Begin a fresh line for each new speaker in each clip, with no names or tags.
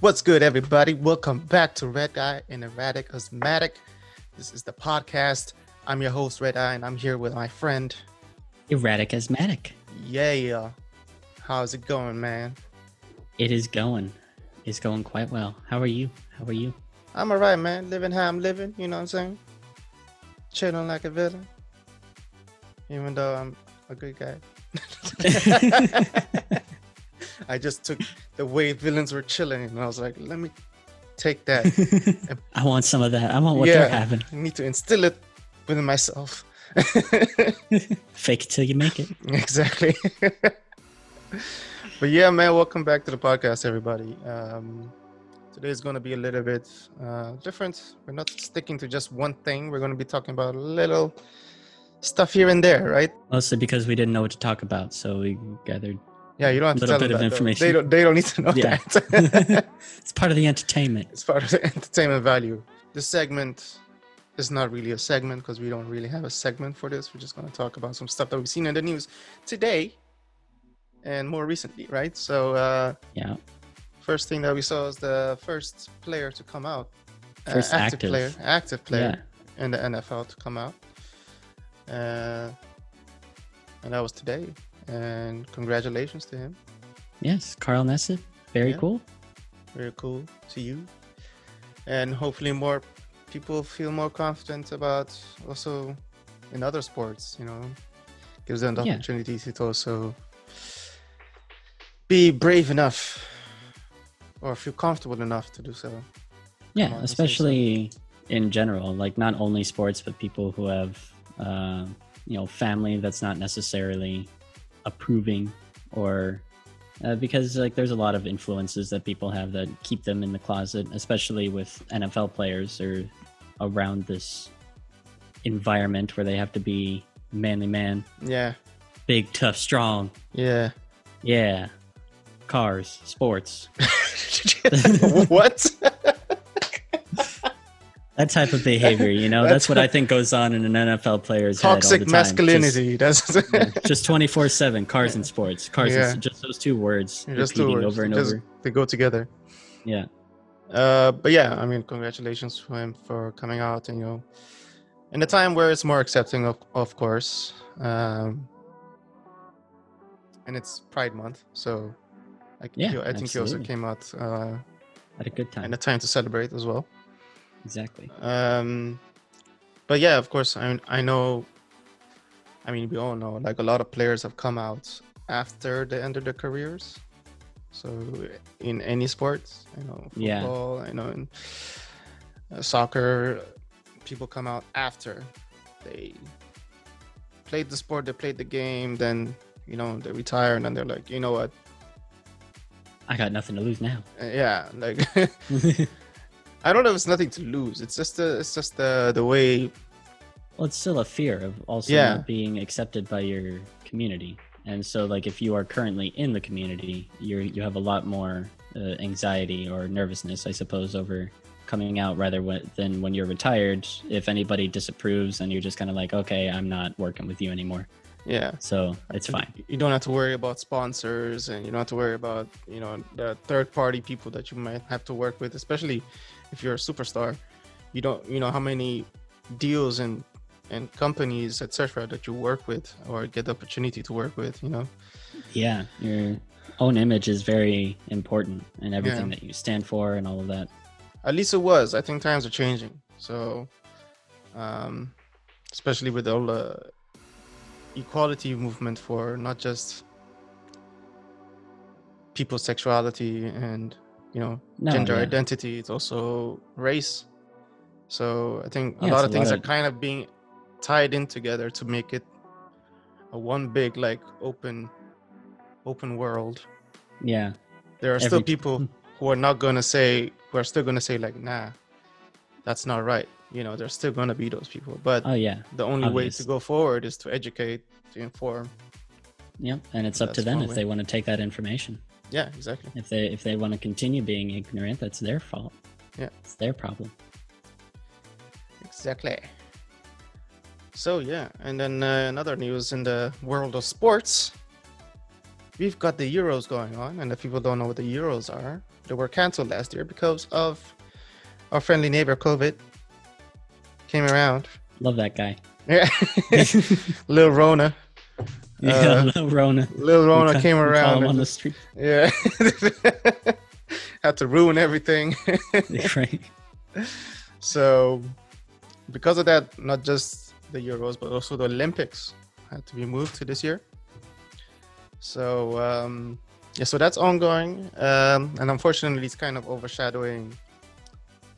What's good, everybody? Welcome back to Red Eye and Erratic Asthmatic. This is the podcast. I'm your host, Red Eye, and I'm here with my friend.
Erratic asthmatic.
Yeah. How's it going, man?
It is going. It's going quite well. How are you? How are you?
I'm all right, man. Living how I'm living, you know what I'm saying? Chilling like a villain. Even though I'm a good guy. I just took the way villains were chilling, and I was like, let me take that.
I want some of that. I want what
Yeah.
they're having.
I need to instill it within myself.
Fake it till you make it.
Exactly. but yeah, man, welcome back to the podcast, everybody. Um, today's going to be a little bit uh, different. We're not sticking to just one thing. We're going to be talking about a little stuff here and there, right?
Mostly because we didn't know what to talk about, so we gathered.
Yeah, you don't have to
Little
tell them
bit of
that, though. They
information.
don't. They don't need to know
Yeah.
that.
it's part of the entertainment.
it's part of the entertainment value. This segment is not really a segment because we don't really have a segment for this. We're just going to talk about some stuff that we've seen in the news today and more recently, right? So. Uh,
Yeah.
First thing that we saw is the first player to come out, uh,
First active.
player, active player in the NFL to come out, uh, and that was today. And congratulations to him.
Yeah. Yes. Carl Nassib. Very
Yeah.
cool.
Very cool to you, and hopefully more people feel more confident about also in other sports. You know, gives them the
Yeah.
opportunity to also be brave enough or feel comfortable enough to do so.
Yeah.
on, let's say so.
especially in general, like not only sports, but people who have, uh, you know, family that's not necessarily approving or uh, because like there's a lot of influences that people have that keep them in the closet, especially with NFL players or around this environment where they have to be manly man,
Yeah,
big, tough, strong.
yeah.
Yeah. Cars, sports,
what?
that type of behavior, you know,
That's-
that's what I think goes on in an NFL player's head all the
Toxic
time. Just-
masculinity. That's
Yeah, just 24 7 cars and sports cars
Yeah.
and, just those two words
Yeah,
repeating
just two words.
over and
Just-
over
they go together.
yeah
Uh, but yeah, I mean, congratulations to him for coming out and you know, in a time where it's more accepting, of of course, um, and it's Pride Month, so I,
Yeah,
he- I think he also
absolutely.
came out uh,
had a good time
and a time to celebrate as well.
exactly
Um, but yeah, of course, I mean, I know. I mean, we all know like a lot of players have come out after the end of their careers. So in any sports, I know
Yeah.
football, I know in uh, soccer, people come out after they played the sport, they played the game, then you know they retire, and then they're like, you know what,
i got nothing to lose now
Uh, yeah, like I don't know if it's nothing to lose. It's just the it's just uh, the the way
well it's still a fear of also
Yeah.
not being accepted by your community and so like if you are currently in the community you're you have a lot more uh, anxiety or nervousness i suppose over coming out rather wh- than when you're retired if anybody disapproves and you're just kind of like okay i'm not working with you anymore
yeah.
so it's fine
You don't have to worry about sponsors, and you don't have to worry about you know the third-party people that you might have to work with, especially if you're a superstar. You don't you know how many deals and and companies etc. that you work with or get the opportunity to work with. You know,
Yeah, your own image is very important and everything
Yeah.
that you stand for and all of that.
at least it was. I think times are changing, so um, especially with all the equality movement for not just people's sexuality and you know
No,
gender
yeah.
identity it's also race so i think a
Yeah,
lot
it's
of
a
things
lot
are
of-
kind of being tied in together to make it a one big like open open world
Yeah,
there are still
Every- hmm.
people who are not going to say who are still going to say like nah that's not right you know there's still going to be those people but
oh yeah,
the only way to
obvious.
go forward is to educate to inform
yep. And it's up to
That's
them
one
if
way.
they want to take that information.
yeah exactly
If they if they want to continue being ignorant, that's their fault.
Yeah.
it's their problem.
Exactly. So yeah, and then uh, another news in the world of sports. we've got the Euros going on, and if people don't know what the Euros are, they were canceled last year because of our friendly neighbor COVID came around.
Love that guy.
Yeah, Lil Rona,
Yeah, Lil Rona.
Lil
We
Rona
ca-
came
we call
around.
him
and
on the
just-
street.
yeah, had to ruin everything.
right.
So, because of that, not just the Euros, but also the Olympics had to be moved to this year. So, um, yeah, so that's ongoing. Um, and unfortunately, it's kind of overshadowing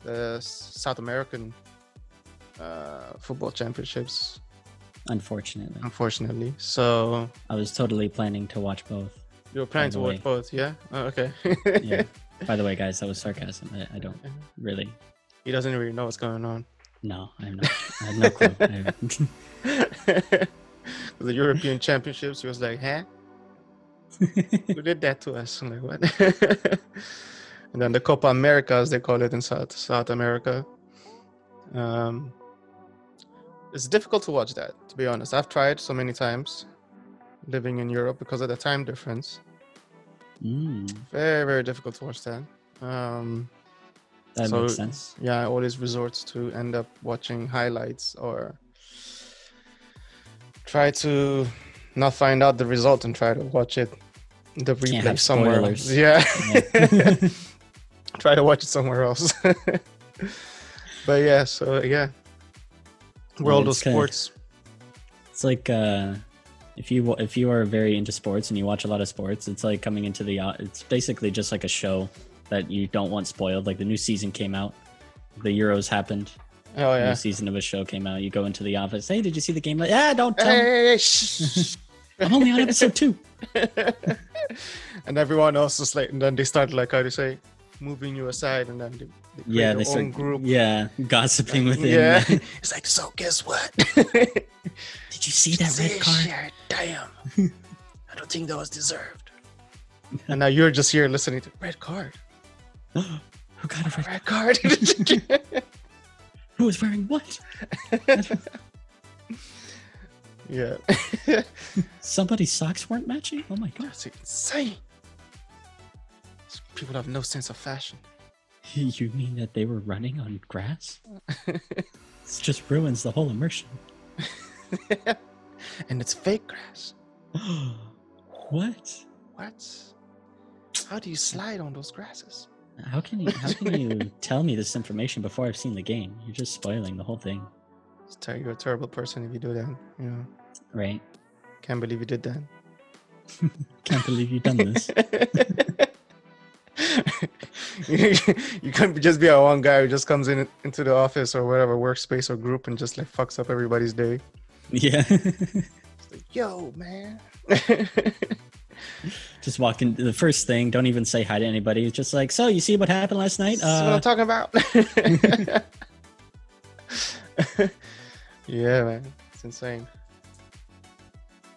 the S- South American uh, football championships,
Unfortunately,
Oh. unfortunately. So,
I was totally planning to watch both.
you're planning to
the
watch
way.
both, yeah? Oh, okay.
Yeah. By the way, guys, that was sarcasm. I, I
Uh-huh.
don't really.
He doesn't really know what's going on.
No, I have no, I have no clue. I have-
the European Championships, he was like, huh? who did that to us? I'm like, what? and then the Copa America, as they call it in South South America. Um, it's difficult to watch that, to be honest. I've tried so many times living in Europe because of the time difference.
Mm,
Very, very difficult to watch that. Um,
that
So-
makes sense.
yeah, I always resort to end up watching highlights or try to not find out the result and try to watch it the
Can't
replay
have
somewhere.
spoilers.
yeah.
Yeah.
try to watch it somewhere else. but yeah, so yeah, world of
it's kinda-
sports.
It's like uh, if you wa- if you are very into sports and you watch a lot of sports, it's like coming into the uh, it's basically just like a show that you don't want spoiled. Like the new season came out, the Euros happened,
Oh
the
yeah.
new season of a show came out. You go into the office, hey, did you see the game? Like, yeah, don't tell.
Hey,
me.
hey, hey, shh.
I'm only on episode two.
and everyone else is like, and then they start like how do you say, moving you aside, and then they, they create
Yeah,
their
they
own
start
group.
yeah gossiping within.
Yeah, it's like so. Guess what?
Did you see that
See,
red card?
shit, Damn, I don't think that was deserved. and now you're just here listening to red card,
Who got a red?
red card.
Who was wearing what?
yeah,
Somebody's socks weren't matching. Oh my god!
that's insane. These People have no sense of fashion.
You mean that they were running on grass? It just ruins the whole immersion.
and it's fake grass.
what?
What? How do you slide on those grasses?
How can you how can you tell me this information before I've seen the game? You're just spoiling the whole thing,
It's ter- You're a terrible person if you do that. You know,
right?
can't believe you did
Can't believe you've done this.
that. you, you can't just be a one guy who just comes in into the office or whatever workspace or group and just like fucks up everybody's day.
yeah.
It's like, yo, man.
just walk in the first thing, don't even say hi to anybody. It's just like, so you see what happened last night?
This is what
Uh,
I'm talking about. yeah, man, it's insane.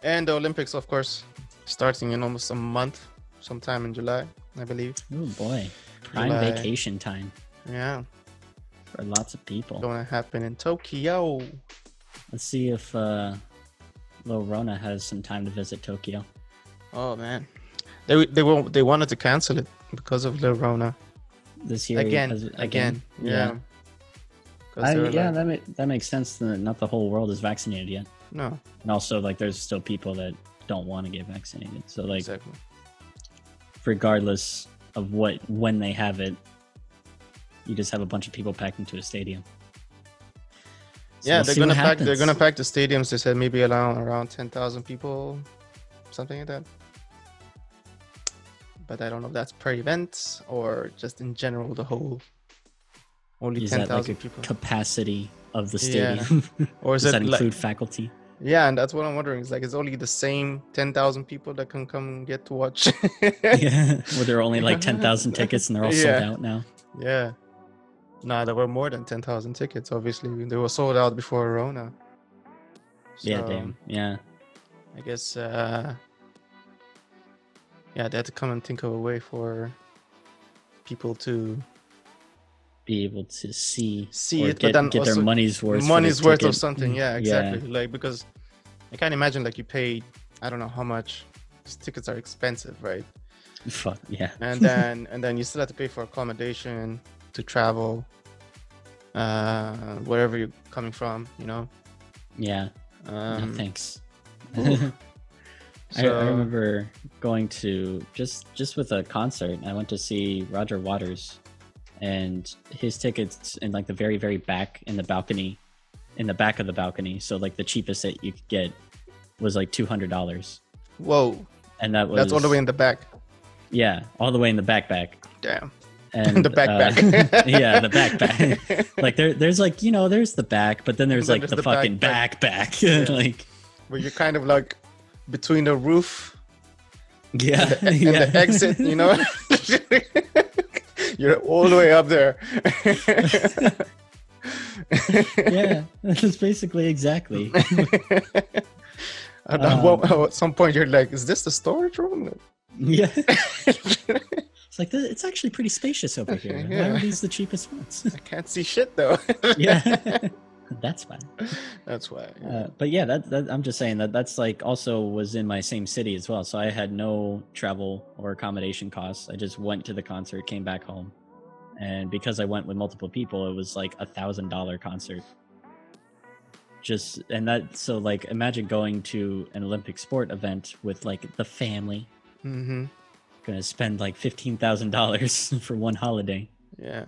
And the Olympics, of course, starting in almost a month, sometime in July, I believe.
oh boy. Prime
July.
vacation time
Yeah,
for lots of people.
gonna happen in Tokyo.
Let's see if uh Lil Rona has some time to visit Tokyo.
Oh man, they they won't they wanted to cancel it because of the Rona
This year
again,
because-
again, yeah. 'Cause
I,
they were
yeah,
like,
that ma- that makes sense. That not the whole world is vaccinated yet,
no,
and also like there's still people that don't want to get vaccinated. So like,
exactly.
regardless of what when they have it, you just have a bunch of people packed into a stadium. So
yeah,
we'll
they're
see what
gonna pack. They're
happens.
gonna pack the stadiums. They said maybe allow around ten thousand people, something like that. But I don't know if that's per event or just in general the whole. Only
Is
ten
that like a
thousand people,
capacity of the
Yeah.
stadium?
or is
does
it
that
like?
include faculty?
Yeah, and that's what I'm wondering. It's like it's only the same ten thousand people that can come get to watch.
yeah, where there are only like ten thousand tickets and they're all sold
Yeah.
out now.
Yeah. Nah, there were more than 10,000 tickets, obviously. They were sold out before Rona.
yeah,
So,
damn. Yeah,
I guess, uh, yeah, they had to come and think of a way for people to
be able to see
see
or
it,
get,
but then
get
also
their money's worth. for the
money's worth
ticket. Mm,
of something. Yeah,
Yeah.
exactly. Like, because I can't imagine, like, you paid, I don't know how much, 'cause tickets are expensive, right?
Fuck yeah.
And then and then you still have to pay for accommodation to travel, uh, wherever you're coming from, you know.
Yeah. no
Um,
thanks.
ooh.
I, I
so-
remember going to just just with a concert. I went to see Roger Waters, and his tickets in like the very very back in the balcony, in the back of the balcony. So like the cheapest that you could get was like two hundred dollars,
Whoa,
and that was
that's all the way in the back.
yeah all the way in the backpack
Damn,
and
the
uh,
backpack.
yeah, the backpack. like there there's like you know there's the back, but then there's
Then
like
there's
the,
the
fucking
backpack.
backpack.
Yeah.
like
Where you're kind of like between the roof
yeah,
and the, and
yeah.
the exit, you know. you're all the way up there.
yeah, that's basically exactly.
And at,
Um,
one- at some point, you're like, "Is this the storage room?"
Yeah. It's like "Th- it's actually pretty spacious over here. Why
Yeah.
are these the cheapest ones?
I can't see shit though.
yeah, that's why.
That's why.
Uh, but yeah, that, that I'm just saying that that's like also was in my same city as well. So I had no travel or accommodation costs. I just went to the concert, came back home, and because I went with multiple people, it was like a thousand dollar concert. Just and that so like imagine going to an Olympic sport event with like the family,
hmm
gonna spend like fifteen thousand dollars for one holiday.
Yeah,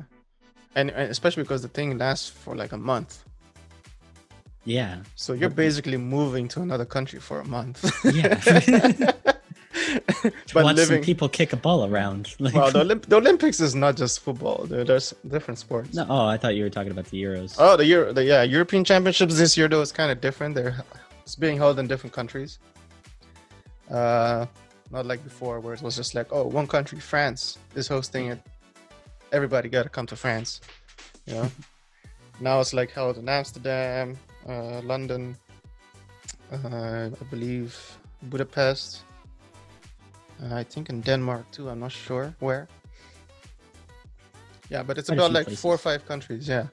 and, and especially because the thing lasts for like a month,
Yeah,
so you're
Okay.
basically moving to another country for a month.
Yeah. to
but
watch
living.
some people kick a ball around. Like,
Well, the, Olymp- the Olympics is not just football. There, there's different sports.
no, oh, I thought you were talking about the Euros.
Oh, the Euro, the yeah, European Championships this year though is kind of different. They're it's being held in different countries. Uh, not like before where it was just like, oh, one country, France, is hosting it. Everybody got to come to France. You know. now it's like held in Amsterdam, uh, London, uh, I believe Budapest. Uh, I think in Denmark too. I'm not sure where. Yeah, but it's
Quite a
about
few
like
places.
four or five countries. Yeah,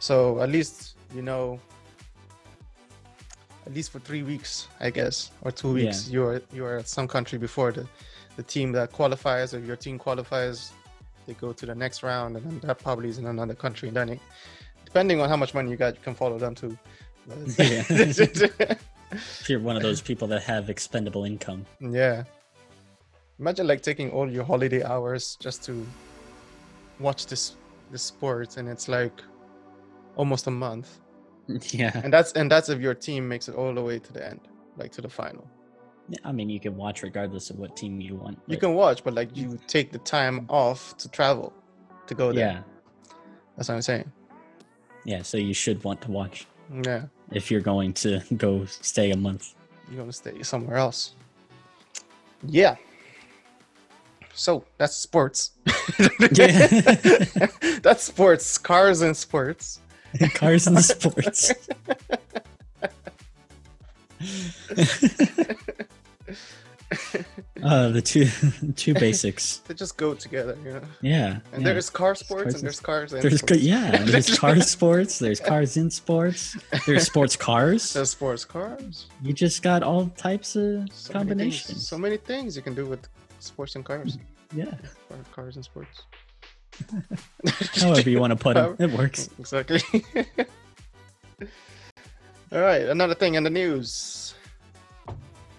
so at least you know. At least for three weeks, I guess, or two
Yeah.
weeks, you are you are at some country before the, the team that qualifies or your team qualifies, they go to the next round, and then that probably is in another country. And then, it, depending on how much money you got, you can follow them too. But-
Yeah. If you're one of those people that have expendable income.
Yeah. Imagine like taking all your holiday hours just to watch this this sport and it's like almost a month.
Yeah,
And that's and that's if your team makes it all the way to the end, like to the final.
I mean, you can watch regardless of what team you want.
You
but
can watch, but like you take the time off to travel to go there.
yeah,
That's what I'm saying.
yeah. So you should want to watch
Yeah.
if you're going to go stay a month.
You're gonna stay somewhere else. Yeah. So that's sports.
Yeah.
that's sports. Cars and sports.
Cars and sports. uh, the two two basics.
They just go together, you know.
Yeah.
And
yeah.
there's car
cars
sports
and
and there's cars and
There's
sports.
good, yeah. and There's car sports. There's cars in sports. There's sports cars.
There's sports cars.
You just got all types
So
of
many things-
combinations.
so many things you can do with sports and cars.
yeah,
Or cars and sports.
however you want to put it,
However-
it works.
Exactly. All right, another thing in the news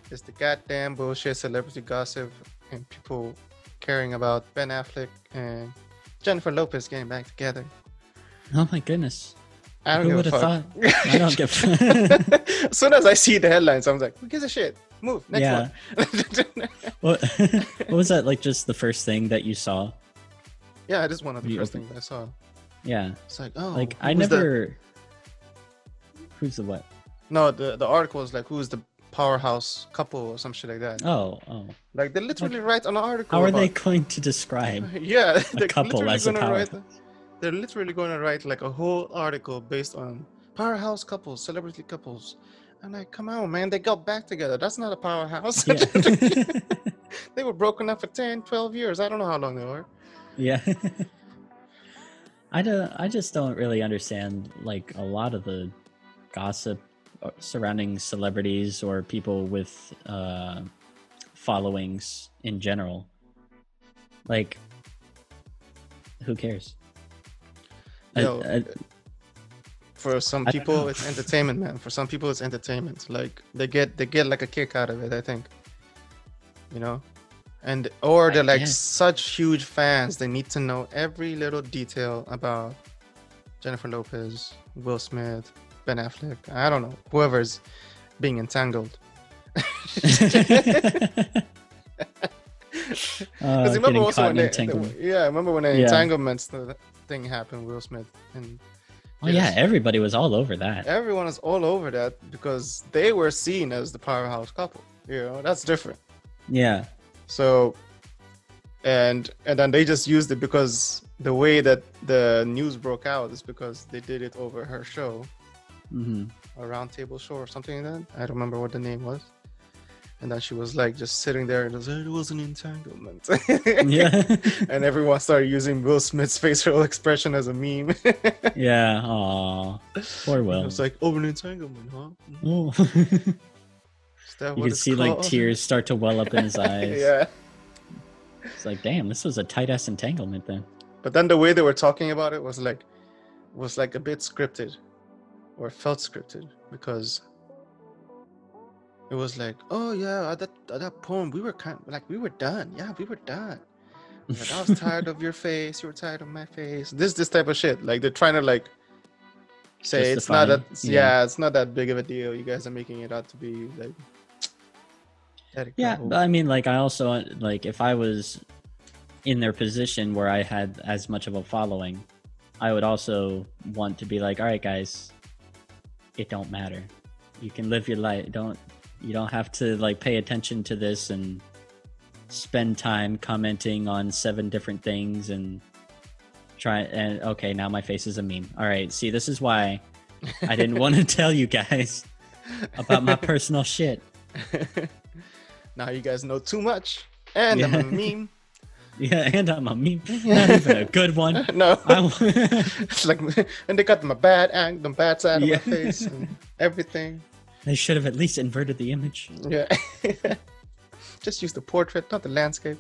is the goddamn bullshit celebrity gossip and people caring about Ben Affleck and Jennifer Lopez getting back together.
Oh my goodness!
I don't
Who
give a
would've
fuck.
I don't get.
as soon as I see the headlines, I'm like, who gives a shit? Move next
Yeah.
one.
what, what was that like? Just the first thing that you saw?
yeah, it is one of the
You
first
open-
things I saw.
Yeah,
It's like, oh,
like I
who's the-
never. Who's the what?
no, the the article is like, who's the powerhouse couple or some shit like that.
Oh, oh.
Like they literally write an article.
How are
about-
they going to describe?
yeah, they're
couple
literally
as a
gonna write-
powerhouse.
They're literally going to write like a whole article based on powerhouse couples, celebrity couples. And like, come on, man, they got back together. That's not a powerhouse.
Yeah.
they were broken up for 10, 12 years. I don't know how long they were.
Yeah. I don't I just don't really understand like a lot of the gossip uh, surrounding celebrities or people with uh followings in general. Like, who cares? I-
Yo,
I-
for some
I don't know.
people it's entertainment man for some people it's entertainment like they get they get like a kick out of it i think you know and or
I
they're like
guess.
such huge fans they need to know every little detail about jennifer lopez will smith ben affleck i don't know whoever's being entangled
Uh,
Because remember
getting
also
caught
when
in
they,
entanglement.
yeah, I remember when the
Yeah.
entanglements th- thing happened, Will Smith and
Oh yeah,
Yes.
everybody was all over that.
everyone is all over that because they were seen as the powerhouse couple. You know, that's different.
Yeah,
So, and and then they just used it because the way that the news broke out is because they did it over her show,
hmm
a roundtable show or something like that. I don't remember what the name was. And then she was like just sitting there and just, it was an entanglement.
yeah,
and everyone started using Will Smith's facial expression as a meme.
yeah. Aw, poor Will.
it's like, oh, an entanglement, huh? Mhm.
Oh.
Is that
you
what
could
it's
see like
called?"
tears start to well up in his eyes.
yeah.
It's like, damn, this was a tight ass entanglement then.
But then the way they were talking about it was like, was like a bit scripted, or felt scripted because it was like, oh yeah, at that at that point we were kind like we were done. Yeah, we were done. Like, I was tired of your face. You were tired of my face. This this type of shit. Like they're trying to like say it's not that
Justify, yeah.
yeah. it's not that big of a deal. You guys are making it out to be like let it
Yeah,
go.
but I mean, like, I also uh, like if I was in their position where I had as much of a following, I would also want to be like, all right, guys, it don't matter. You can live your life. Don't you don't have to like pay attention to this and spend time commenting on seven different things and try and okay, now my face is a meme. All right, see, this is why I didn't want to tell you guys about my personal shit.
now you guys know too much, and I'm a meme.
Yeah, and I'm a meme. Not even a good one.
no,
I,
it's like, and they got my bad ang the bad side
Yeah.
of my face, and everything.
they should have at least inverted the image.
Yeah, just use the portrait, not the landscape.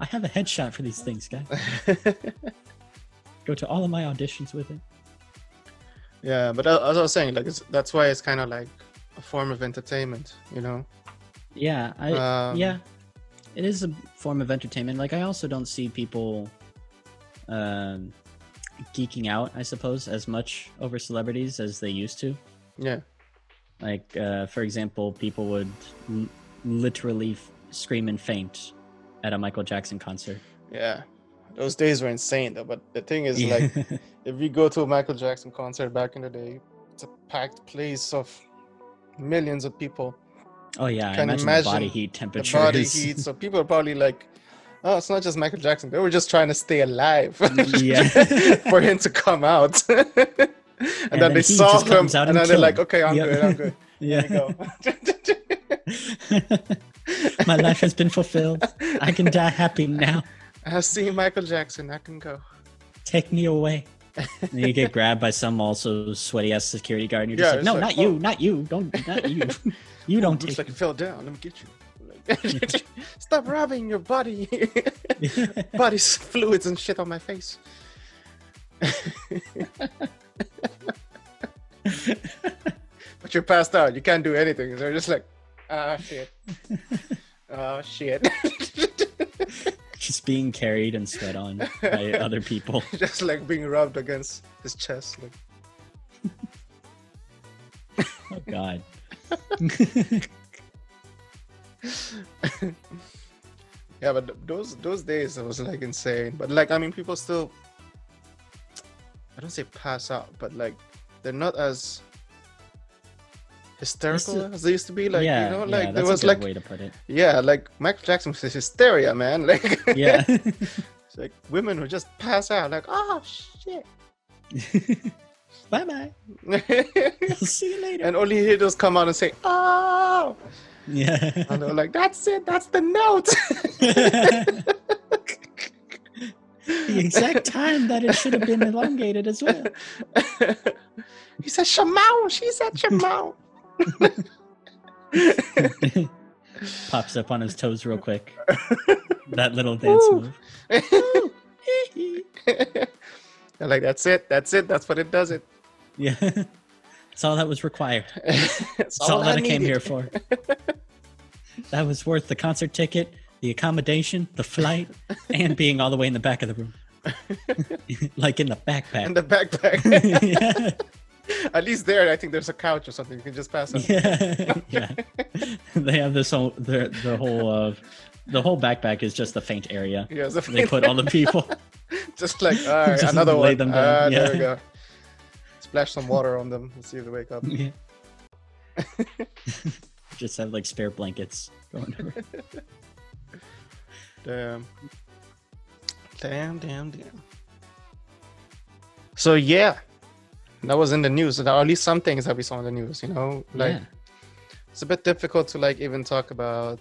I have a headshot for these things, guys. Go to all of my auditions with it.
Yeah, but a- as I was saying, like it's, that's why it's kind of like a form of entertainment, you know?
Yeah, I
Um,
yeah, it is a form of entertainment. Like I also don't see people um, geeking out, I suppose, as much over celebrities as they used to.
Yeah,
Like, uh, for example, people would l- literally f- scream and faint at a Michael Jackson concert.
yeah. Those days were insane though. But the thing is, like, if you go to a Michael Jackson concert back in the day, it's a packed place of millions of people.
Oh yeah, I
Can
imagine, the body
imagine
heat
The
temperatures.
body heat. So people are probably like, oh, it's not just Michael Jackson. They were just trying to stay alive
Yeah.
for him to come out. and, then, they
then he
saw
just
him,
comes out
and
and
then they're
kill
like, okay,
him.
I'm
Yep.
good, I'm good. There
yeah.
you go.
My life has been fulfilled. I can die happy now.
I have seen Michael Jackson. I can go.
Take me away. And then you get grabbed by some also sweaty ass security guard, and you're
Yeah,
just like,
it's like,
"No, not
oh."
you, not you, don't, not you, you don't
Looks
take."
like you fell down. Let me get you. Like, Stop rubbing your body,
me."
body's fluids and shit on my face. but you're passed out. You can't do anything. They're just like, ah shit, ah shit.
just being carried and sweat on by other people.
just like being rubbed against his chest. Like,
Oh God.
yeah, but th- those those days it was like insane. But like, I mean, people still. I don't say pass out, but like, they're not as hysterical as they used to be. Like,
yeah,
you know,
yeah,
like
that's
there was
a good
like
way to put it.
Yeah, like Michael Jackson says hysteria, man. Like,
Yeah.
it's like women would just pass out, like, oh shit.
bye bye. I'll see you later.
and only heroes come out and say, oh.
yeah.
And they're like, that's it, that's the note.
the exact time that it should have been elongated as well.
he said, Shamau, she said, Shamau.
pops up on his toes real quick. that little dance
Woo.
move.
They're like that's it, that's it, that's what it does. It.
Yeah. That's all that was required.
that's
That's all, that I, came
needed.
here for. that was worth the concert ticket, the accommodation, the flight, and being all the way in the back of the room. like in the backpack.
In the backpack.
yeah.
At least there, I think there's a couch or something. You can just pass it.
yeah, yeah. They have this whole their the whole of the whole backpack is just the faint area.
Yeah, so
They put all the people.
just like all right,
Just
another
lay
one.
them down,
Ah,
yeah.
There we go. Splash some water on them and see if they wake up.
Yeah. just have like spare blankets going over.
Damn. Damn, damn, damn. So yeah. That was in the news. There are at least some things that we saw in the news, you know? Like
yeah.
it's a bit difficult to like even talk about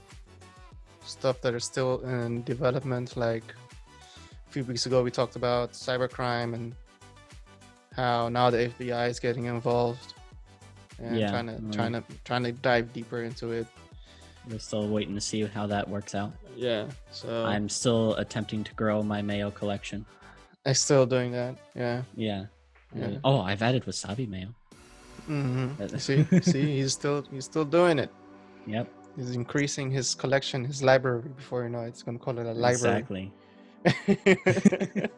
stuff that are still in development. Like a few weeks ago we talked about cybercrime and how now the FBI is getting involved and
Yeah,
trying to
mm.
trying to trying to dive deeper into it.
We're still waiting to see how that works out.
Yeah. So
I'm still attempting to grow my mayo collection.
I'm still doing that. Yeah.
Yeah.
Yeah.
Oh, I've added wasabi mayo.
Mm-hmm.
That-
see, see, he's still he's still doing it.
Yep.
He's increasing his collection, his library. Before you know it, it's gonna call it a library.
Exactly.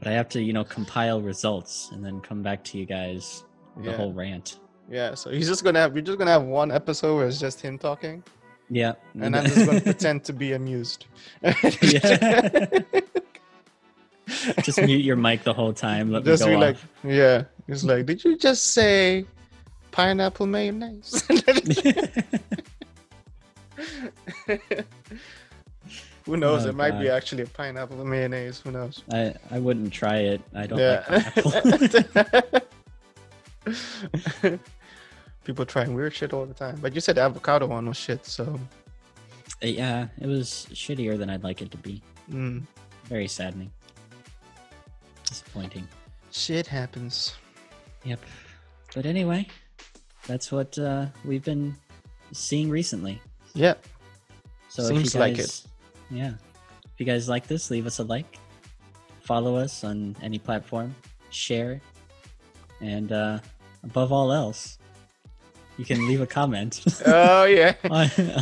But I have to, you know, compile results and then come back to you guys with
Yeah.
a whole rant.
yeah. So he's just gonna have we're just gonna have one episode where it's just him talking,
Yeah.
and I'm just gonna pretend to be amused.
Yeah. Just mute your mic the whole time. Let
just
me
be
go
like,
off.
yeah. He's like, did you just say pineapple mayonnaise? Who knows?
Oh,
it might be actually a pineapple mayonnaise. Who knows?
I, I wouldn't try it. I don't like pineapple.
yeah. People trying weird shit all the time. But you said the avocado one was shit, so
yeah, it was shittier than I'd like it to be.
mm,
Very saddening. Disappointing.
shit happens.
Yep. But anyway, that's what uh, we've been seeing recently.
Yeah.
So if
Seems
you
like
guys, like it. Yeah. If you guys like this, leave us a like, follow us on any platform, share, and uh, above all else, you can leave a comment
Oh yeah.
on,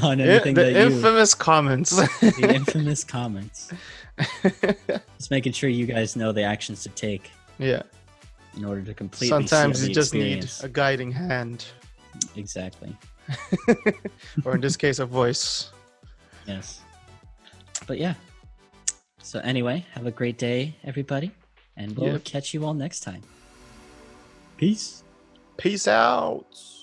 on
Yeah,
anything
the
that you
infamous comments.
the infamous comments. Just making sure you guys know the actions to take
yeah.
in order to completely.
Sometimes
seal
you
the
just need
experience.
a guiding hand,
exactly.
or in this case, a voice.
Yes. But yeah. So anyway, have a great day, everybody, and we'll
Yeah.
catch you all next time. Peace.
Peace out.